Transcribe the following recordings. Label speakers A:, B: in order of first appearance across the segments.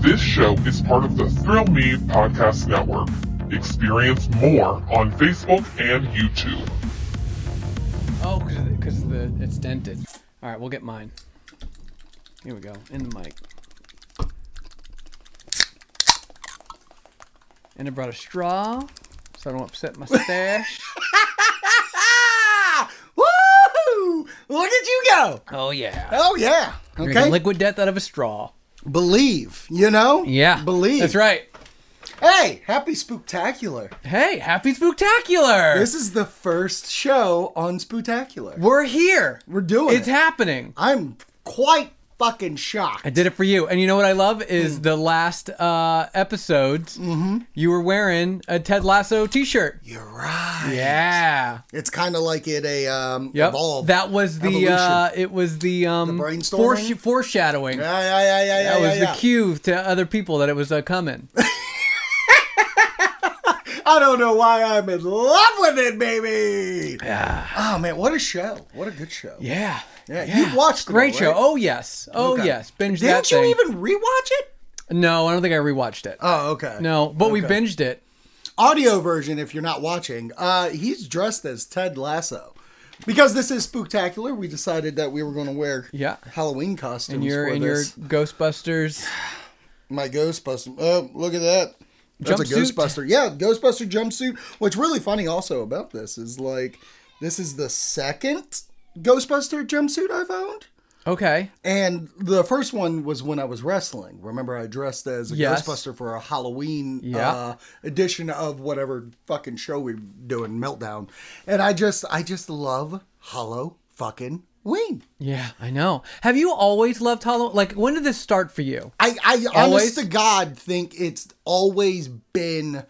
A: This show is part of the Thrill Me Podcast Network. Experience more on Facebook and YouTube.
B: Oh, because the it's dented. All right, we'll get mine. Here we go. In the mic. And I brought a straw, so I don't upset my stash.
C: Woo! Look at you go.
B: oh yeah.
C: Oh yeah. Okay.
B: Drinking liquid death out of a straw.
C: Believe, you know?
B: Yeah.
C: Believe.
B: That's right.
C: Hey, happy spooktacular.
B: Hey, happy spooktacular.
C: This is the first show on Spooktacular. We're,
B: We're here.
C: doing
B: It's
C: it.
B: happening.
C: I'm quite fucking shocked.
B: I did it for you. And you know what I love
C: Hmm.
B: is the last uh, episodes. Mm-hmm. You were wearing a Ted Lasso T-shirt.
C: You're right.
B: Yeah.
C: It's kind of like it a um
B: Yep.
C: evolved.
B: That was the
C: evolution.
B: uh, it was the um
C: The brainstorming?
B: foresh- foreshadowing.
C: yeah, yeah, yeah, yeah, yeah.
B: That was
C: yeah, yeah.
B: the cue to other people that it was uh, coming.
C: I don't know why I'm in love with it, baby. Yeah. Oh man, what a show! What a good show.
B: yeah.
C: Yeah, you've watched it
B: Great
C: all,
B: show.
C: right?
B: Oh yes. Oh
C: Okay.
B: yes. Binge
C: Didn't
B: that
C: you
B: thing.
C: even rewatch it?
B: No, I don't think I rewatched it.
C: Oh, okay.
B: no, but we
C: Okay.
B: binged it.
C: audio version if you're not watching uh he's dressed as ted lasso because this is spooktacular we decided that we were going to wear
B: Yeah.
C: halloween costumes
B: In your
C: for
B: in your
C: this
B: Ghostbusters.
C: my ghostbuster oh look at that that's a
B: Jumpsuit?
C: ghostbuster yeah ghostbuster jumpsuit what's really funny also about this is like this is the second ghostbuster jumpsuit i've owned
B: Okay.
C: and the first one was when I was wrestling. Remember, I dressed as a
B: Yes.
C: Ghostbuster for a Halloween
B: Yeah.
C: uh, edition of whatever fucking show we were doing, Meltdown. And I just, I just love Hollow fucking Ween.
B: Yeah, I know. Have you always loved Halloween? Like, when did this start for you?
C: I, I
B: Always?
C: honest to God think it's always been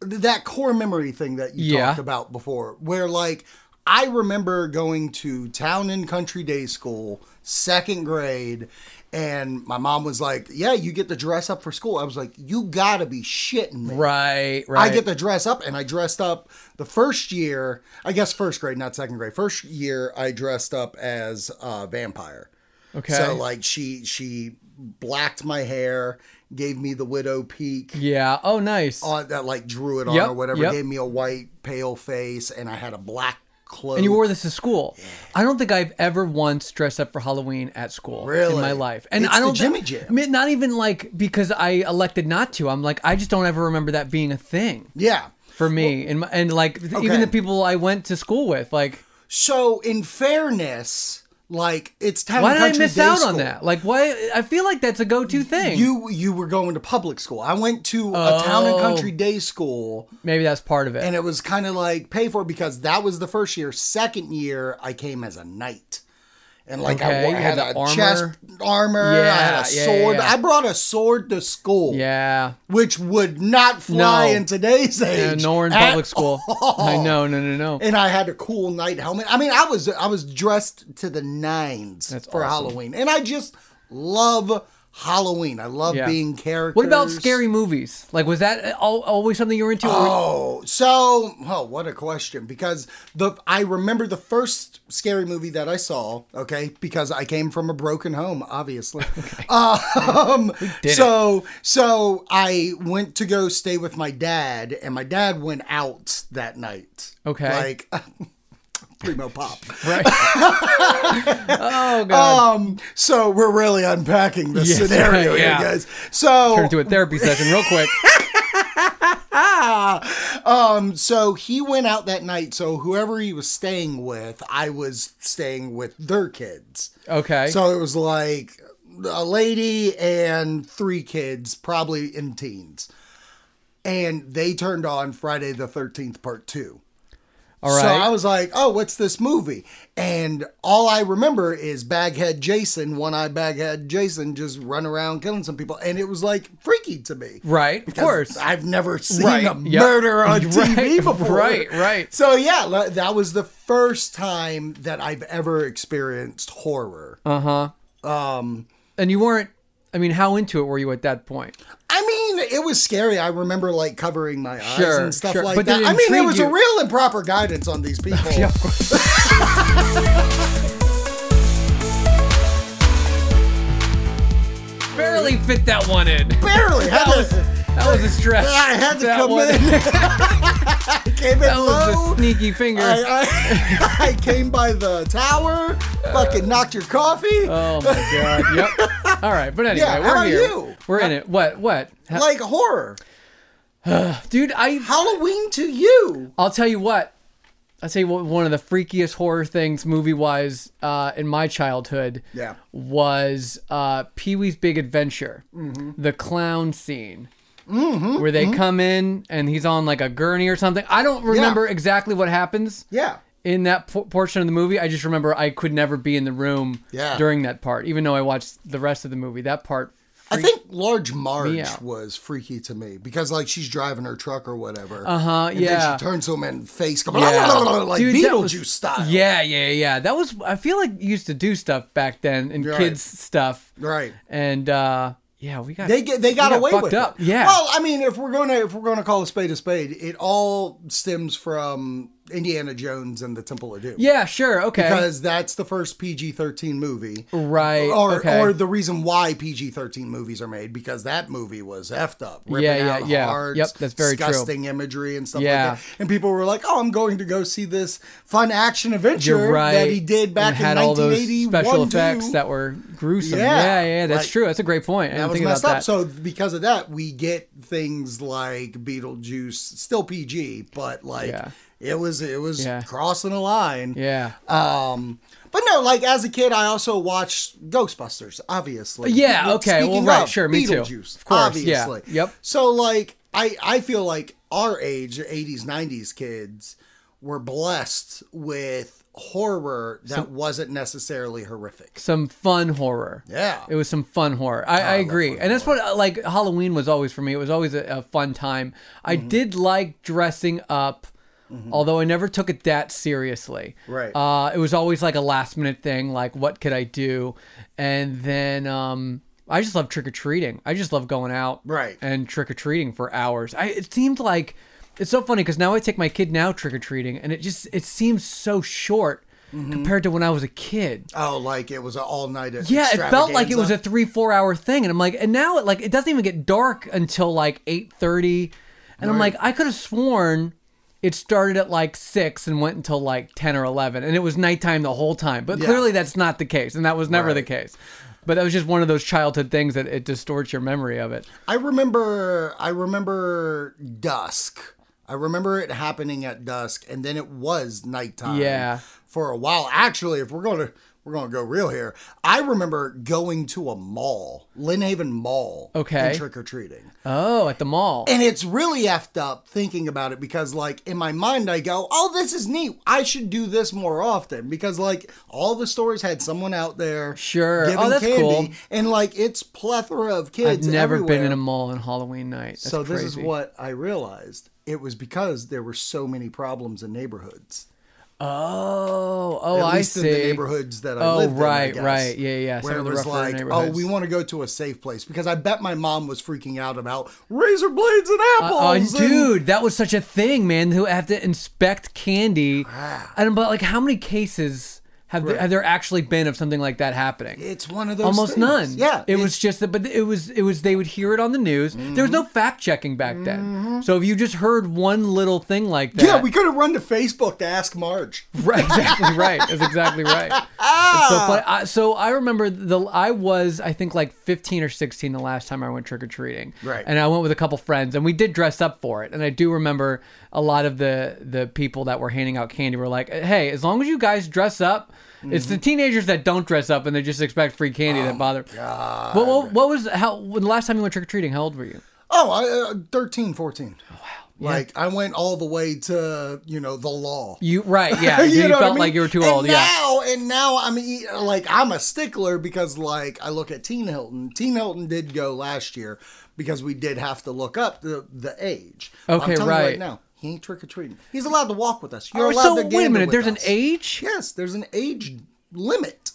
C: that core memory thing that you
B: Yeah.
C: talked about before, where like I remember going to town and country day school, second grade, and my mom was like, "Yeah, you get to dress up for school." I was like, "You gotta be shitting me!"
B: Right. Right.
C: I get to dress up, and I dressed up the first year. I guess first grade, not second grade. First year, I dressed up as a vampire.
B: Okay.
C: So like she she blacked my hair, gave me the widow peak,
B: yeah. Oh, nice.
C: uh, that like drew it on
B: Yep,
C: or whatever,
B: yep.
C: gave me a white pale face, and I had a black cloak.
B: And you wore this to school. I don't think I've ever once dressed up for Halloween at school in
C: Really?
B: my life. And
C: It's
B: I
C: the
B: don't thi-
C: Jimmy Jam.
B: I mean, not even like because I elected not to. I'm like I just don't ever remember that being a thing
C: yeah.
B: for me. and my, and like even
C: okay.
B: the people I went to school with, like
C: So in fairness, like it's time.
B: why
C: to
B: did I
C: country
B: miss
C: day
B: out on
C: school.
B: that? Like why I feel like that's a go-to thing.
C: You you were going to public school. I went to a town
B: Oh.
C: and country day school.
B: Maybe that's part of it.
C: and it was kind of like pay for it because that was the first year. Second year, I came as a knight, and like
B: Okay,
C: I wore,
B: you
C: had,
B: had
C: a
B: the armor.
C: chest armor. I had a
B: Yeah, yeah,
C: sword.
B: yeah.
C: I brought a sword to school,
B: yeah.
C: which would not fly
B: No.
C: in today's
B: Yeah,
C: age.
B: nor in
C: at
B: public school.
C: all.
B: I know, no, no, no.
C: And I had a cool knight helmet. I mean, I was I was dressed to the nines
B: That's
C: for
B: awesome.
C: Halloween, and I just love Halloween. I love
B: Yeah.
C: being characters.
B: What about scary movies? Like, was that al- always something you were into? or-
C: Oh, so oh, what a question! Because the I remember the first scary movie that I saw. Okay, because I came from a broken home, obviously. Um, so so I went to go stay with my dad, and my dad went out that night.
B: Okay.
C: like primo pop.
B: right. oh god.
C: Um, so we're really unpacking this
B: Yes,
C: scenario,
B: right,
C: here,
B: yeah.
C: guys. So
B: Turn to a therapy session real quick.
C: um so he went out that night so whoever he was staying with i was staying with their kids
B: Okay.
C: so it was like a lady and three kids probably in teens and they turned on friday the 13th part 2
B: All right.
C: so I was like, "Oh, what's this movie?" And all I remember is Baghead Jason, one eye Baghead Jason, just run around killing some people, and it was like freaky to me.
B: Right, of
C: Because
B: course.
C: I've never seen
B: Right,
C: a
B: yep.
C: murder on
B: Right,
C: TV before.
B: right, right.
C: So yeah, la- that was the first time that I've ever experienced horror.
B: Uh. and you weren't. I mean, how into it were you at that point?
C: I mean, it was scary. I remember like covering my eyes
B: Sure,
C: and stuff
B: sure.
C: like
B: But did
C: that.
B: it
C: I mean, it
B: intrigue
C: was a
B: you?
C: real improper guidance on these people.
B: Barely fit that one in.
C: Barely.
B: That
C: had to-
B: was that was a stretch.
C: I had to
B: that
C: come
B: was,
C: in. I came in
B: That was
C: low.
B: a sneaky finger.
C: I, I, I came by the tower. fucking knocked your coffee.
B: oh my god. Yep. All right, but anyway,
C: Yeah,
B: we're
C: how are
B: here.
C: you?
B: We're in it. What? What? How-
C: like horror.
B: Dude, I
C: Halloween to you.
B: I'll tell you what. I'll tell you what, one of the freakiest horror things, movie wise, uh, in my childhood
C: Yeah.
B: was uh, Pee Wee's Big Adventure,
C: Mm-hmm.
B: the clown scene. Mm-hmm, where they come in and he's on like a gurney or something. I don't remember exactly what happens
C: Yeah.
B: in that por- portion of the movie. I just remember I could never be in the room
C: Yeah.
B: during that part, even though I watched the rest of the movie. That part,
C: I think Large Marge
B: out.
C: was freaky to me because like she's driving her truck or whatever.
B: Uh-huh,
C: And
B: yeah.
C: Then she turns to him and face goes,
B: Yeah.
C: like
B: Dude, that was-
C: Beetlejuice style.
B: yeah, yeah, yeah. That was I feel like you used to do stuff back then in
C: Right.
B: kids stuff.
C: Right.
B: and uh yeah we got
C: They get they got,
B: got
C: away
B: fucked
C: with
B: up.
C: it.
B: Yeah.
C: Well, I mean, if we're gonna if we're gonna call a spade a spade, it all stems from Indiana Jones and the Temple of Doom.
B: yeah sure okay
C: Because that's the first PG thirteen movie.
B: right
C: Or,
B: okay.
C: or the reason why PG thirteen movies are made because that movie was effed up, ripping
B: Yeah, yeah,
C: out
B: yeah.
C: hearts,
B: Yep, that's very true.
C: disgusting imagery and stuff
B: Yeah.
C: like that. And people were like, "Oh, I'm going to go see this fun action adventure
B: you're right
C: that he did back
B: and had
C: in
B: all those
C: 1981."
B: special effects
C: dude."
B: that were gruesome
C: Yeah,
B: yeah yeah, that's
C: like,
B: true that's a great point I
C: that
B: didn't
C: was
B: think about
C: messed up.
B: that
C: So because of that, we get things like Beetlejuice, still PG, but like
B: Yeah.
C: it was it was
B: Yeah.
C: crossing a line.
B: yeah
C: Um, but no, like as a kid, I also watched Ghostbusters, obviously.
B: Yeah,
C: But
B: okay,
C: speaking
B: well, right,
C: of,
B: sure, me too.
C: Beetlejuice,
B: Of course, yeah,
C: obviously.
B: yep.
C: So like, I I feel like our age, '80s, '90s kids, were blessed with horror that wasn't necessarily horrific.
B: some fun horror
C: Yeah. Oh,
B: it was some fun horror i, I,
C: love
B: agree
C: fun
B: and that's what uh, like halloween was always for me it was always a, a fun time i
C: Mm-hmm.
B: did like dressing up although i never took it that seriously
C: Right.
B: uh, it was always like a last minute thing like what could i do and then um i just love trick-or-treating i just love going out
C: Right.
B: and trick-or-treating for hours i it seemed like it's so funny because now i take my kid now trick-or-treating and it just it seems so short
C: Mm-hmm.
B: compared to when i was a kid
C: Oh, like it was an all night.
B: yeah, it felt like it was a three, four hour thing, and I'm like, and now it like it doesn't even get dark until like eight thirty, and I'm like, I could have sworn it started at like six and went until like ten or eleven, and it was nighttime the whole time. But
C: Yeah.
B: clearly, that's not the case, and that was never the
C: Right.
B: case. But that was just one of those childhood things that it distorts your memory of it.
C: I remember I remember dusk. I remember it happening at dusk and then it was nighttime
B: Yeah.
C: for a while. Actually, if we're going to we're going to go real here. I remember going to a mall, Lynn Haven Mall,
B: Okay.
C: and trick or treating.
B: Oh, at the mall.
C: And it's really effed up thinking about it because, like, in my mind, I go, oh, this is neat. I should do this more often because, like, all the stores had someone out there.
B: Sure. Oh, that's cool.
C: And, like, it's plethora of
B: I've
C: kids.
B: never been in
C: everywhere.
B: a mall on Halloween night. That's
C: so this is
B: crazy.
C: what I realized. It was because there were so many problems in neighborhoods.
B: Oh, oh,
C: At
B: I
C: least
B: see.
C: in the neighborhoods that I
B: Oh,
C: lived in. I
B: right,
C: guess,
B: right. Yeah, yeah. Some
C: Where
B: of the
C: it was
B: rougher
C: like, oh,
B: neighborhoods.
C: we want to go to a safe place because I bet my mom was freaking out about razor blades and
B: Uh,
C: apples. and-
B: dude, that was such a thing, man. Who have to inspect candy, and but like, how many cases have there, have there actually been of something like that happening?
C: it's one of those.
B: Almost
C: things.
B: none.
C: Yeah,
B: it
C: it's- Mm-hmm.
B: was just that, but it was it was they would hear it on the news. There was no fact checking back then, so if you just heard one little thing like that,
C: Yeah, we could have run to Facebook to ask Marge.
B: Right, exactly right. That's exactly right. It's
C: Ah!
B: so funny. I, so I remember the I was I think like 15 or 16 the last time I went trick or treating.
C: Right.
B: And I went with a couple friends and we did dress up for it. And I do remember a lot of the the people that were handing out candy were like, "Hey, as long as you guys dress up, it's
C: Mm-hmm.
B: the teenagers that don't dress up and they just expect free candy
C: Oh,
B: that bother." God. What, what, what was how when the last time you went trick or treating? How old were you?
C: Oh, I, uh, 13, 14.
B: Oh,
C: wow. Like I went all the way to you know the law.
B: You right, yeah. you
C: know what
B: felt
C: I mean?
B: like you were too
C: and
B: old. yeah.
C: Now and now I'm e- like I'm a stickler because like I look at Teen Hilton. Teen Hilton did go last year because we did have to look up the the age.
B: Okay,
C: But I'm telling you
B: right.
C: right now he ain't trick or treating. He's allowed to walk with us. You're
B: Oh,
C: allowed
B: so
C: to
B: wait a
C: gamble
B: minute.
C: with
B: There's an
C: us.
B: age.
C: Yes, there's an age limit.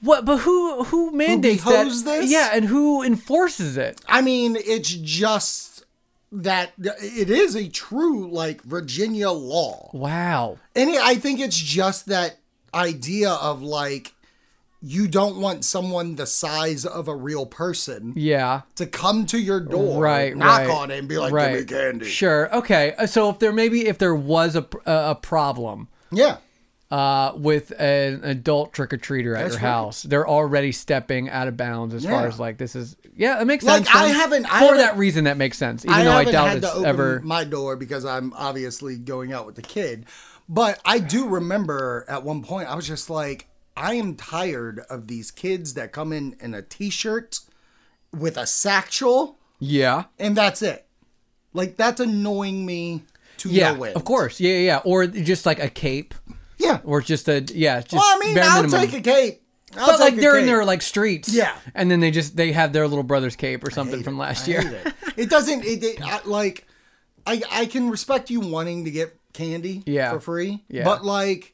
B: What? But who who mandates that?
C: behoves this?
B: Yeah, and who enforces it?
C: I mean, it's just that it is a true like Virginia law.
B: Wow.
C: And it- I think it's just that idea of like you don't want someone the size of a real person
B: Yeah.
C: to come to your door,
B: Right,
C: knock
B: right,
C: on it, and be like,
B: right.
C: "Give me candy."
B: Sure. Okay. Uh, So if there maybe if there was a pr- a a problem
C: Yeah,
B: uh, with an adult trick or treater at
C: That's
B: your
C: right.
B: house, they're already stepping out of bounds as
C: Yeah.
B: far as like this is. Yeah, it makes
C: Like,
B: sense. then.
C: I haven't- I
B: for
C: haven't-
B: that reason that makes sense. Even though I
C: haven't
B: doubt
C: had to
B: it's
C: open
B: ever.
C: my door because I'm obviously going out with the kid. But I do remember at one point I was just like, I am tired of these kids that come in in a t-shirt with a satchel,
B: Yeah.
C: and that's it. Like that's annoying me to
B: Yeah.
C: no end.
B: Of course. Yeah. Yeah. yeah. Or just like a cape,
C: Yeah.
B: or just a yeah. Just
C: Well, I mean,
B: bare
C: I'll
B: minimum.
C: take a cape. I'll
B: but
C: take
B: like
C: a
B: they're in
C: cape.
B: their like streets.
C: Yeah.
B: And then they just they have their little brother's cape or something from last year.
C: hate it. It doesn't. It, it I, like, I I can respect you wanting to get candy
B: Yeah.
C: for free,
B: Yeah.
C: but like,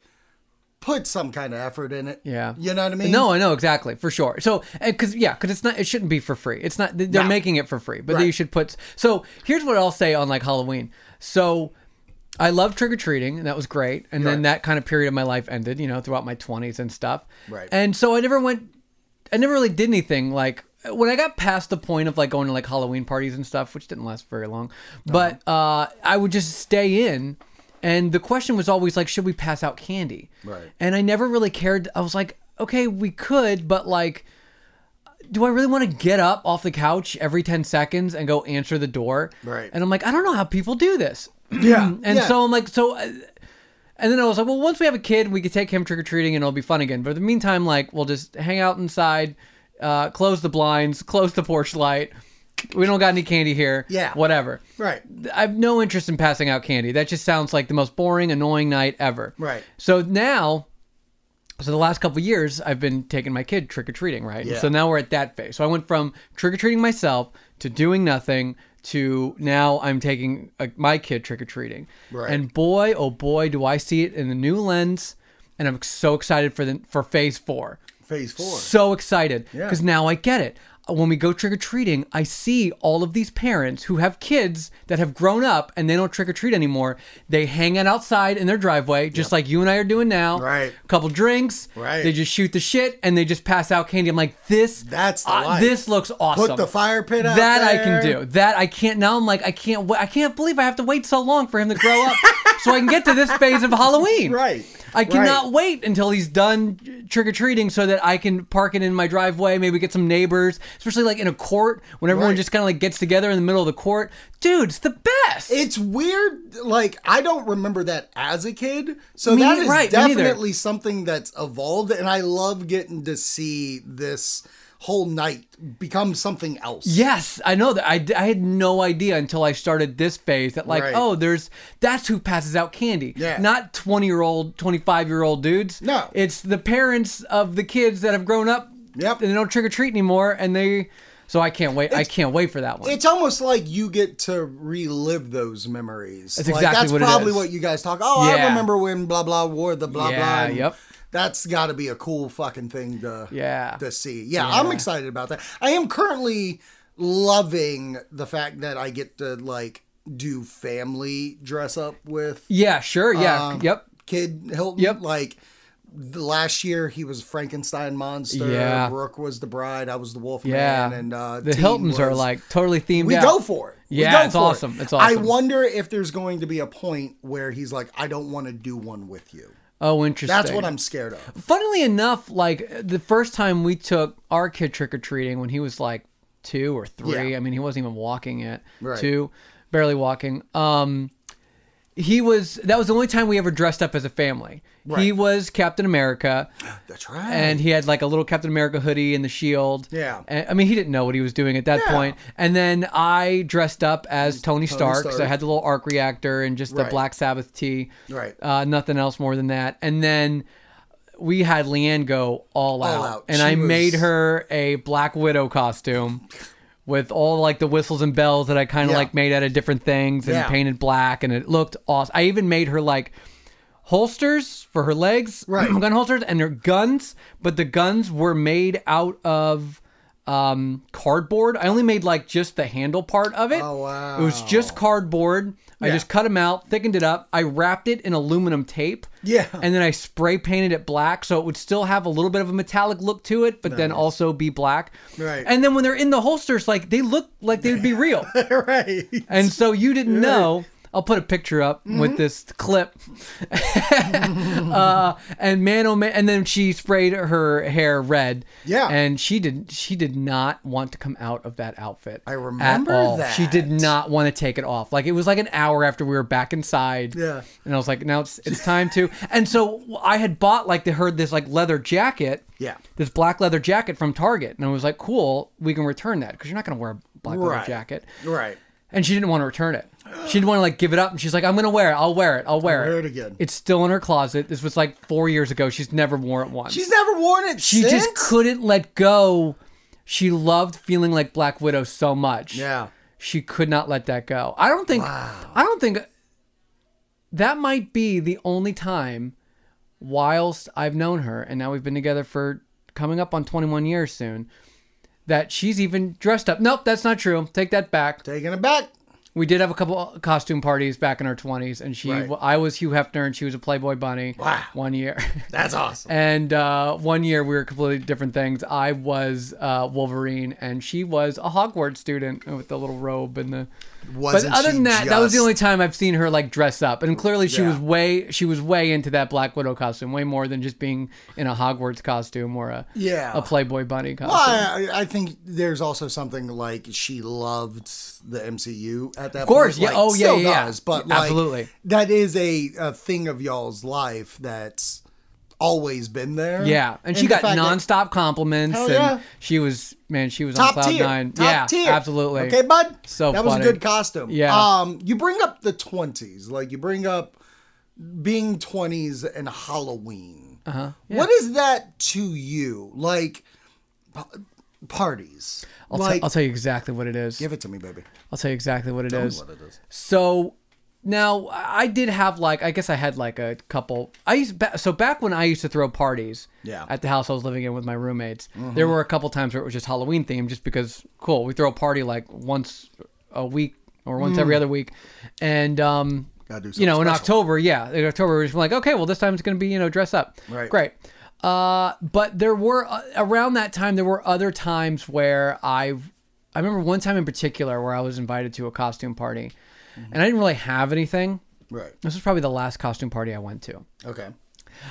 C: put some kind of effort in it.
B: Yeah.
C: you know what I mean.
B: No, I know exactly for sure. So, because yeah, because it's not, it shouldn't be for free. It's not. They're
C: No.
B: making it for free, but
C: Right.
B: you should put. So here's what I'll say on like Halloween. So. I love trick or treating, and that was great. And then
C: Right.
B: that kind of period of my life ended, you know, throughout my 20s and stuff.
C: Right.
B: And so I never went, I never really did anything. Like, when I got past the point of like going to like Halloween parties and stuff, which didn't last very long,
C: Uh-huh.
B: but uh, I would just stay in. And the question was always like, should we pass out candy?
C: Right.
B: And I never really cared. I was like, okay, we could, but like, do I really want to get up off the couch every 10 seconds and go answer the door?
C: Right.
B: And I'm like, I don't know how people do this.
C: yeah,
B: mm, And
C: yeah.
B: so I'm like, so. uh, And then I was like, well, once we have a kid, we could take him trick or treating and it'll be fun again. But in the meantime, like, we'll just hang out inside, uh, close the blinds, close the porch light. We don't got any candy here.
C: Yeah.
B: Whatever.
C: right,
B: I have no interest in passing out candy. That just sounds like the most boring, annoying night ever.
C: Right.
B: So now, so the last couple years, I've been taking my kid trick or treating, right?
C: Yeah.
B: So now we're at that phase. So I went from trick or treating myself to doing nothing to now I'm taking uh my kid trick or treating.
C: Right.
B: And boy, oh boy, do I see it in the new lens. And I'm so excited for the for phase four.
C: phase four.
B: So excited
C: Yeah.
B: because now I get it. Uh, When we go trick or treating, I see all of these parents who have kids that have grown up and they don't trick or treat anymore. They hang out outside in their driveway, just like you and I are doing now.
C: Right.
B: couple drinks.
C: Right.
B: They just shoot the shit and they just pass out candy. I'm like, this.
C: That's the
B: uh,
C: life.
B: this looks awesome.
C: Put the fire pit out
B: That I can
C: there.
B: do. That I can't. Now I'm like, I can't. wa- I can't believe I have to wait so long for him to grow up, so I can get to this phase of Halloween.
C: Right.
B: I cannot
C: Right.
B: wait until he's done trick or treating so that I can park it in my driveway, maybe get some neighbors, especially like in a court when everyone
C: Right.
B: just kind of like gets together in the middle of the court. Dude, it's the best.
C: It's weird. Like I don't remember that as a kid, so
B: Me-
C: that is
B: right, me neither.
C: definitely something that's evolved, and I love getting to see this whole night become something else.
B: Yes, I know that. I, d- I had no idea until I started this phase that, like,
C: Right.
B: oh, there's that's who passes out candy.
C: Yeah.
B: Not 20 year old, 25 year old dudes.
C: No.
B: It's the parents of the kids that have grown up
C: Yep.
B: and they don't trick or treat anymore. And they, so I can't wait. I can't wait for that one.
C: It's almost like you get to relive those memories. That's like,
B: exactly
C: That's
B: what it
C: probably
B: is.
C: what you guys talk. Oh, I
B: Yeah.
C: remember when blah blah wore the blah
B: Yeah,
C: blah. and
B: yep.
C: That's got to be a cool fucking thing to
B: Yeah.
C: to see. Yeah, I'm excited about that. I am currently loving the fact that I get to like do family dress up with
B: Yeah, sure. Yeah.
C: um,
B: yep.
C: Kid Hilton.
B: Yep.
C: Like the last year, he was Frankenstein monster.
B: Yeah.
C: Brooke was the bride. I was the Wolf
B: Yeah.
C: Man. And uh,
B: the
C: Teen
B: Hiltons are
C: was-
B: like totally themed
C: we
B: out.
C: go for it. We
B: Yeah,
C: go
B: it's
C: for it.
B: awesome. It's awesome.
C: I wonder if there's going to be a point where he's like, I don't want to do one with you.
B: oh, interesting.
C: That's what I'm scared of.
B: Funnily enough, like the first time we took our kid trick or treating when he was like two or three.
C: Yeah.
B: I mean, he wasn't even walking yet.
C: Right.
B: Two, barely walking. Um, he was. That was the only time we ever dressed up as a family. He
C: Right.
B: was Captain America,
C: That's right.
B: and he had like a little Captain America hoodie and the shield.
C: Yeah.
B: And, I mean, he didn't know what he was doing at that
C: Yeah.
B: point. And then I dressed up as Tony, Stark, so I
C: Stark.
B: had the little arc reactor and just the
C: Right.
B: Black Sabbath tee.
C: Right.
B: Uh, nothing else more than that. And then we had Leanne go all, out.
C: out.
B: and
C: She
B: I
C: was-
B: made her a Black Widow costume. With all like the whistles and bells that I kind of
C: Yeah.
B: like made out of different things and
C: Yeah.
B: painted black, and it looked awesome. I even made her like holsters for her legs,
C: Right.
B: gun holsters, and her guns. But the guns were made out of um, cardboard. I only made like just the handle part of it.
C: Oh, wow.
B: It was just cardboard. I just cut them out, thickened it up. I wrapped it in aluminum tape.
C: Yeah.
B: And then I spray painted it black so it would still have a little bit of a metallic look to it, but then also be black.
C: Right.
B: And then when they're in the holsters, like they look like they would be real.
C: right.
B: And so you didn't know. I'll put a picture up
C: Mm-hmm.
B: with this clip. uh, and man, oh man! And then she sprayed her hair red.
C: Yeah.
B: And she did. She did not want to come out of that outfit. I
C: remember
B: She did
C: that.
B: not want to take it off. Like it was like an hour after we were back inside.
C: Yeah.
B: And I was like, now it's it's time to. And so I had bought like the heard this like leather jacket.
C: Yeah.
B: This black leather jacket from Target, and I was like, cool, we can return that because you're not gonna wear a black leather
C: Right.
B: jacket
C: Right.
B: and she didn't want to return it. She didn't want to like give it up, and she's like, "I'm gonna wear it. I'll wear it. I'll wear,
C: wear it again.
B: It's still in her closet. This was like four years ago. She's never worn it once.
C: She's never worn it
B: she
C: since.
B: just couldn't let go. She loved feeling like Black Widow so much.
C: Yeah.
B: she could not let that go. I don't think. I don't think that might be the only time, whilst I've known her, and now we've been together for coming up on 21 years soon, that she's even dressed up. Nope, that's not true. Take that back.
C: Taking it back.
B: We did have a couple costume parties back in our 20s, and she,
C: Right.
B: I was Hugh Hefner, and she was a Playboy bunny.
C: Wow.
B: One year.
C: That's awesome.
B: and uh, one year we were completely different things. I was uh, Wolverine, and she was a Hogwarts student with the little robe and the.
C: Wasn't
B: but other
C: she
B: than that, that was the
C: just-
B: only time I've seen her like dress up, and clearly she
C: Yeah.
B: was way she was way into that Black Widow costume, way more than just being in a Hogwarts costume or a
C: Yeah.
B: a Playboy bunny costume.
C: I, I think there's also something like she loved the MCU at that. Of
B: course,
C: point.
B: yeah.
C: Like,
B: Oh, yeah,
C: still
B: yeah, yeah.
C: does, but
B: Yeah,
C: like,
B: absolutely.
C: that is a, a thing of y'all's life that's always been there.
B: Yeah, and, she
C: the
B: got
C: fact that-
B: nonstop compliments,
C: Hell
B: and
C: yeah.
B: she was man, she was on
C: top
B: cloud
C: tier,
B: nine.
C: top
B: yeah,
C: tier.
B: absolutely.
C: Okay, bud.
B: So
C: that was
B: funny.
C: a good costume.
B: Yeah.
C: Um, you bring up the twenties, like you bring up being twenties and Halloween. Uh-huh. What is that to you? Like pa- parties.
B: I'll, tell-
C: like
B: I'll tell you exactly what it is.
C: give it to me, baby.
B: I'll tell you exactly what it
C: Tell me
B: is.
C: what it is.
B: So now I did have like I guess I had like a couple. I used ba- so back when I used to throw parties.
C: Yeah. Mm-hmm.
B: At the house I was living in with my roommates, there were a couple times where it was just Halloween themed, just because cool. We throw a party like once a week or once every other week, and um,
C: Mm. Gotta do something
B: you know in
C: special.
B: October, yeah, in October we are just like okay, well this time it's gonna be you know dress up,
C: Right.
B: Great. Uh, but there were uh, around that time there were other times where I I remember one time in particular where I was invited to a costume party and I didn't really have anything.
C: Right.
B: This was probably the last costume party I went to.
C: Okay.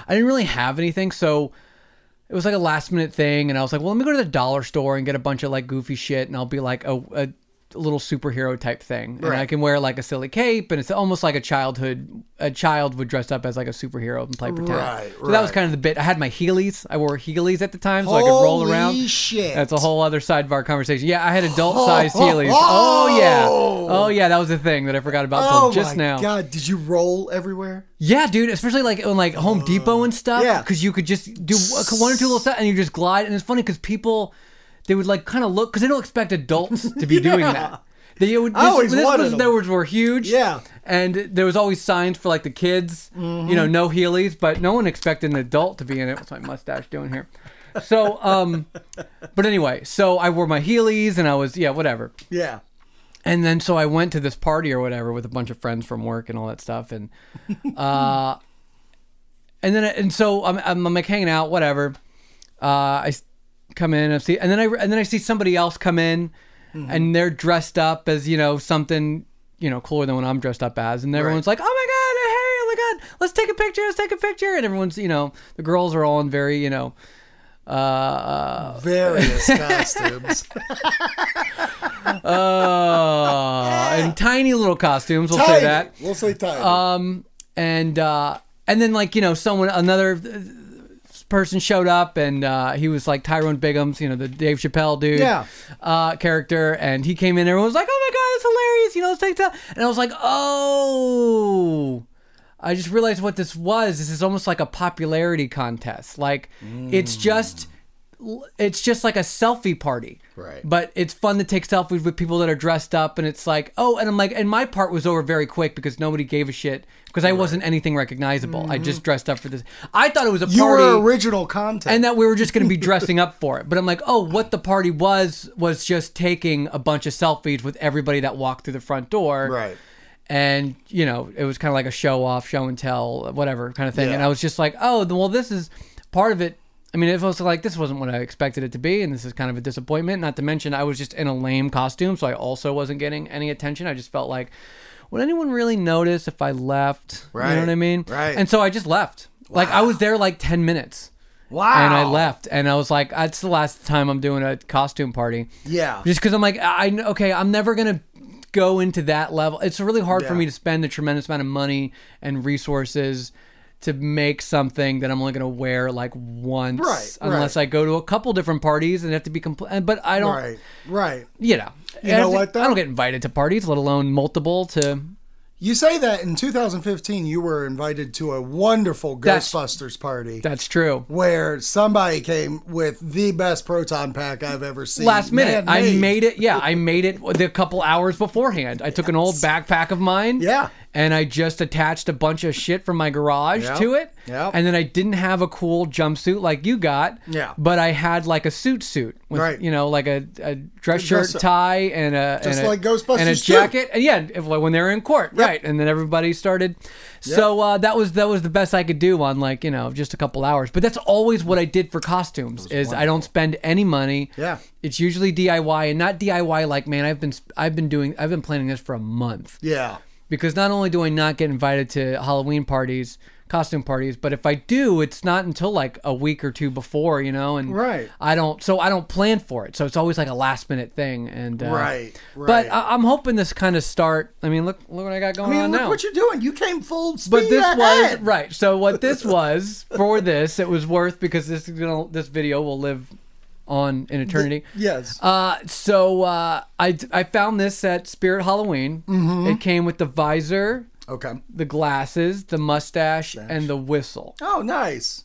B: I didn't really have anything, so it was like a last minute thing, and I was like, well, let me go to the dollar store and get a bunch of like goofy shit, and I'll be like a, a little superhero type thing, and I
C: Right.
B: can wear like a silly cape, and it's almost like a childhood a child would dress up as like a superhero and play pretend.
C: Right,
B: so that was
C: right.
B: kind of the bit. I had my heelys. I wore heelys at the time, so I could roll
C: Holy
B: around.
C: shit.
B: That's a whole other side of our conversation. Yeah, I had adult sized heelys. Oh yeah, oh yeah, that was a thing that I forgot about till
C: Oh
B: just
C: my
B: now.
C: god, did you roll everywhere?
B: Yeah, dude, especially like on like Home Depot and stuff.
C: yeah.
B: because you could just do one or two little stuff and you just glide. And it's funny because people, they would like kind of look because they don't expect adults to be doing
C: Yeah.
B: that. They would. This,
C: I always
B: this
C: wanted
B: was,
C: them.
B: there was were huge.
C: Yeah. Mm-hmm.
B: and there was always signs for like the kids. You know, no heelys, but no one expected an adult to be in it. What's my mustache doing here? So, um, but anyway, so I wore my heelys and I was yeah whatever.
C: Yeah.
B: And then so I went to this party or whatever with a bunch of friends from work and all that stuff, and uh, and then and so I'm, I'm, I'm like hanging out, whatever. Uh, I s- come in, I see, and then I and then I see somebody else come in, and they're dressed up as you know something you know cooler than what I'm dressed up as, and everyone's like, oh my god, hey, oh my god, let's take a picture, let's take a picture, and everyone's you know the girls are all in very you know. Uh,
C: Various costumes.
B: uh, in tiny little costumes, we'll say
C: Tiny.
B: that. Uh,
C: We'll say tiny.
B: Um, and uh, and then like you know someone another uh, person showed up and uh, he was like Tyrone Biggums, you know the Dave Chappelle dude,
C: Yeah.
B: uh, character, and he came in. Everyone was like, "Oh my god, that's hilarious!" You know, let's take that. And I was like, "Oh." I just realized what this was. This is almost like a popularity contest. Like it's just it's just like a selfie party.
C: Right.
B: But it's fun to take selfies with people that are dressed up and it's like, "Oh, and I'm like and my part was over very quick because nobody gave a shit because I wasn't anything recognizable. I just dressed up for this. I thought it was a
C: you
B: party
C: were original content.
B: and uh, that we were just going to be dressing up for it. But I'm like, oh, what the party was was just taking a bunch of selfies with everybody that walked through the front door,
C: Right.
B: and you know it was kind of like a show off, show and tell, whatever kind of thing. And
C: Yeah.
B: I was just like, oh, well, this is part of it. I mean, it was like this wasn't what I expected it to be, and this is kind of a disappointment. Not to mention, I was just in a lame costume, so I also wasn't getting any attention. I just felt like, would anyone really notice if I left? You know
C: Right,
B: what I mean?
C: right.
B: And so I just left. Like I was there like ten minutes
C: Wow.
B: and I left. And I was like, that's the last time I'm doing a costume party.
C: Yeah.
B: Just because I'm like, I I- okay, I'm never gonna go into that level. It's really hard for
C: Yeah.
B: me to spend a tremendous amount of money and resources to make something that I'm only gonna wear like once,
C: Right,
B: unless
C: right.
B: I go to a couple different parties and have to be complete. But I don't,
C: Right. Right.
B: you know,
C: You know what, though?
B: I don't get invited to parties, let alone multiple. To
C: You say that in 2015, you were invited to a wonderful
B: That's-
C: Ghostbusters party.
B: that's true.
C: where somebody came with the best proton pack I've ever seen.
B: last minute. I
C: Man-made.
B: made it. Yeah, I made it the couple hours beforehand. I took an old backpack of mine.
C: Yeah.
B: And I just attached a bunch of shit from my garage
C: Yep.
B: to it.
C: Yep.
B: And then I didn't have a cool jumpsuit like you got.
C: Yeah.
B: But I had like a suit suit. With,
C: Right.
B: You know, like a, a dress shirt,
C: dress up.
B: tie, and a
C: Just
B: and a-
C: like Ghostbusters
B: and a
C: too.
B: jacket. And yeah, if, like, when they were in court, right? And then everybody started. So uh, that was that was the best I could do on like you know just a couple hours. But that's always what I did for costumes is I don't spend any money.
C: Yeah.
B: it's usually DIY and not DIY like man I've been sp- I've been doing I've been planning this for a month
C: Yeah.
B: because not only do I not get invited to Halloween parties, costume parties, but if I do, it's not until like a week or two before, you know, and
C: Right.
B: I don't, so I don't plan for it, so it's always like a last minute thing, and uh,
C: Right, right.
B: But I, I'm hoping this kind of start. I mean, look, look what I got going
C: I mean,
B: on
C: look
B: now.
C: what you're doing. You came full speed
B: Oh, but this was
C: ahead.
B: right. So what this was for this, it was worth because this is gonna this video will live on in eternity.
C: Yes.
B: Uh, so uh, I I found this at Spirit Halloween.
C: Mm-hmm.
B: It came with the visor,
C: okay.
B: the glasses, the mustache, and the whistle.
C: Oh, nice.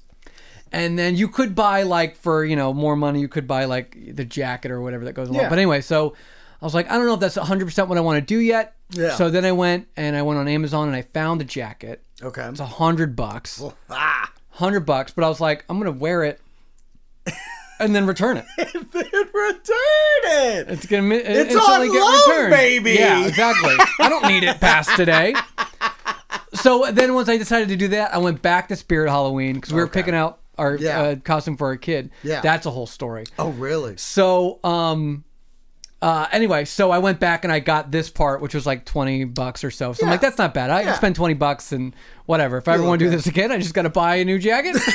B: And then you could buy like for you know more money, you could buy like the jacket or whatever that goes along.
C: Yeah.
B: But anyway, so I was like, I don't know if that's 100 percent what I want to do yet.
C: Yeah.
B: So then I went and I went on Amazon and I found the jacket.
C: Okay.
B: It's a hundred bucks,
C: Ah.
B: hundred bucks. But I was like, I'm gonna wear it and then return it.
C: Then return it.
B: It's gonna. It,
C: It's
B: until
C: on
B: I get
C: loan,
B: returned.
C: baby.
B: Yeah, exactly. I don't need it past today. So then, once I decided to do that, I went back to Spirit Halloween because we were picking out our
C: Yeah.
B: uh, costume for our kid.
C: Yeah.
B: that's a whole story.
C: Oh, really?
B: So, um, uh, anyway, so I went back and I got this part, which was like twenty bucks or so. So I'm
C: Yeah.
B: like, that's not bad. I
C: Yeah.
B: can spend twenty bucks and whatever. If I ever want to do
C: okay.
B: this again, I just got to buy a new jacket.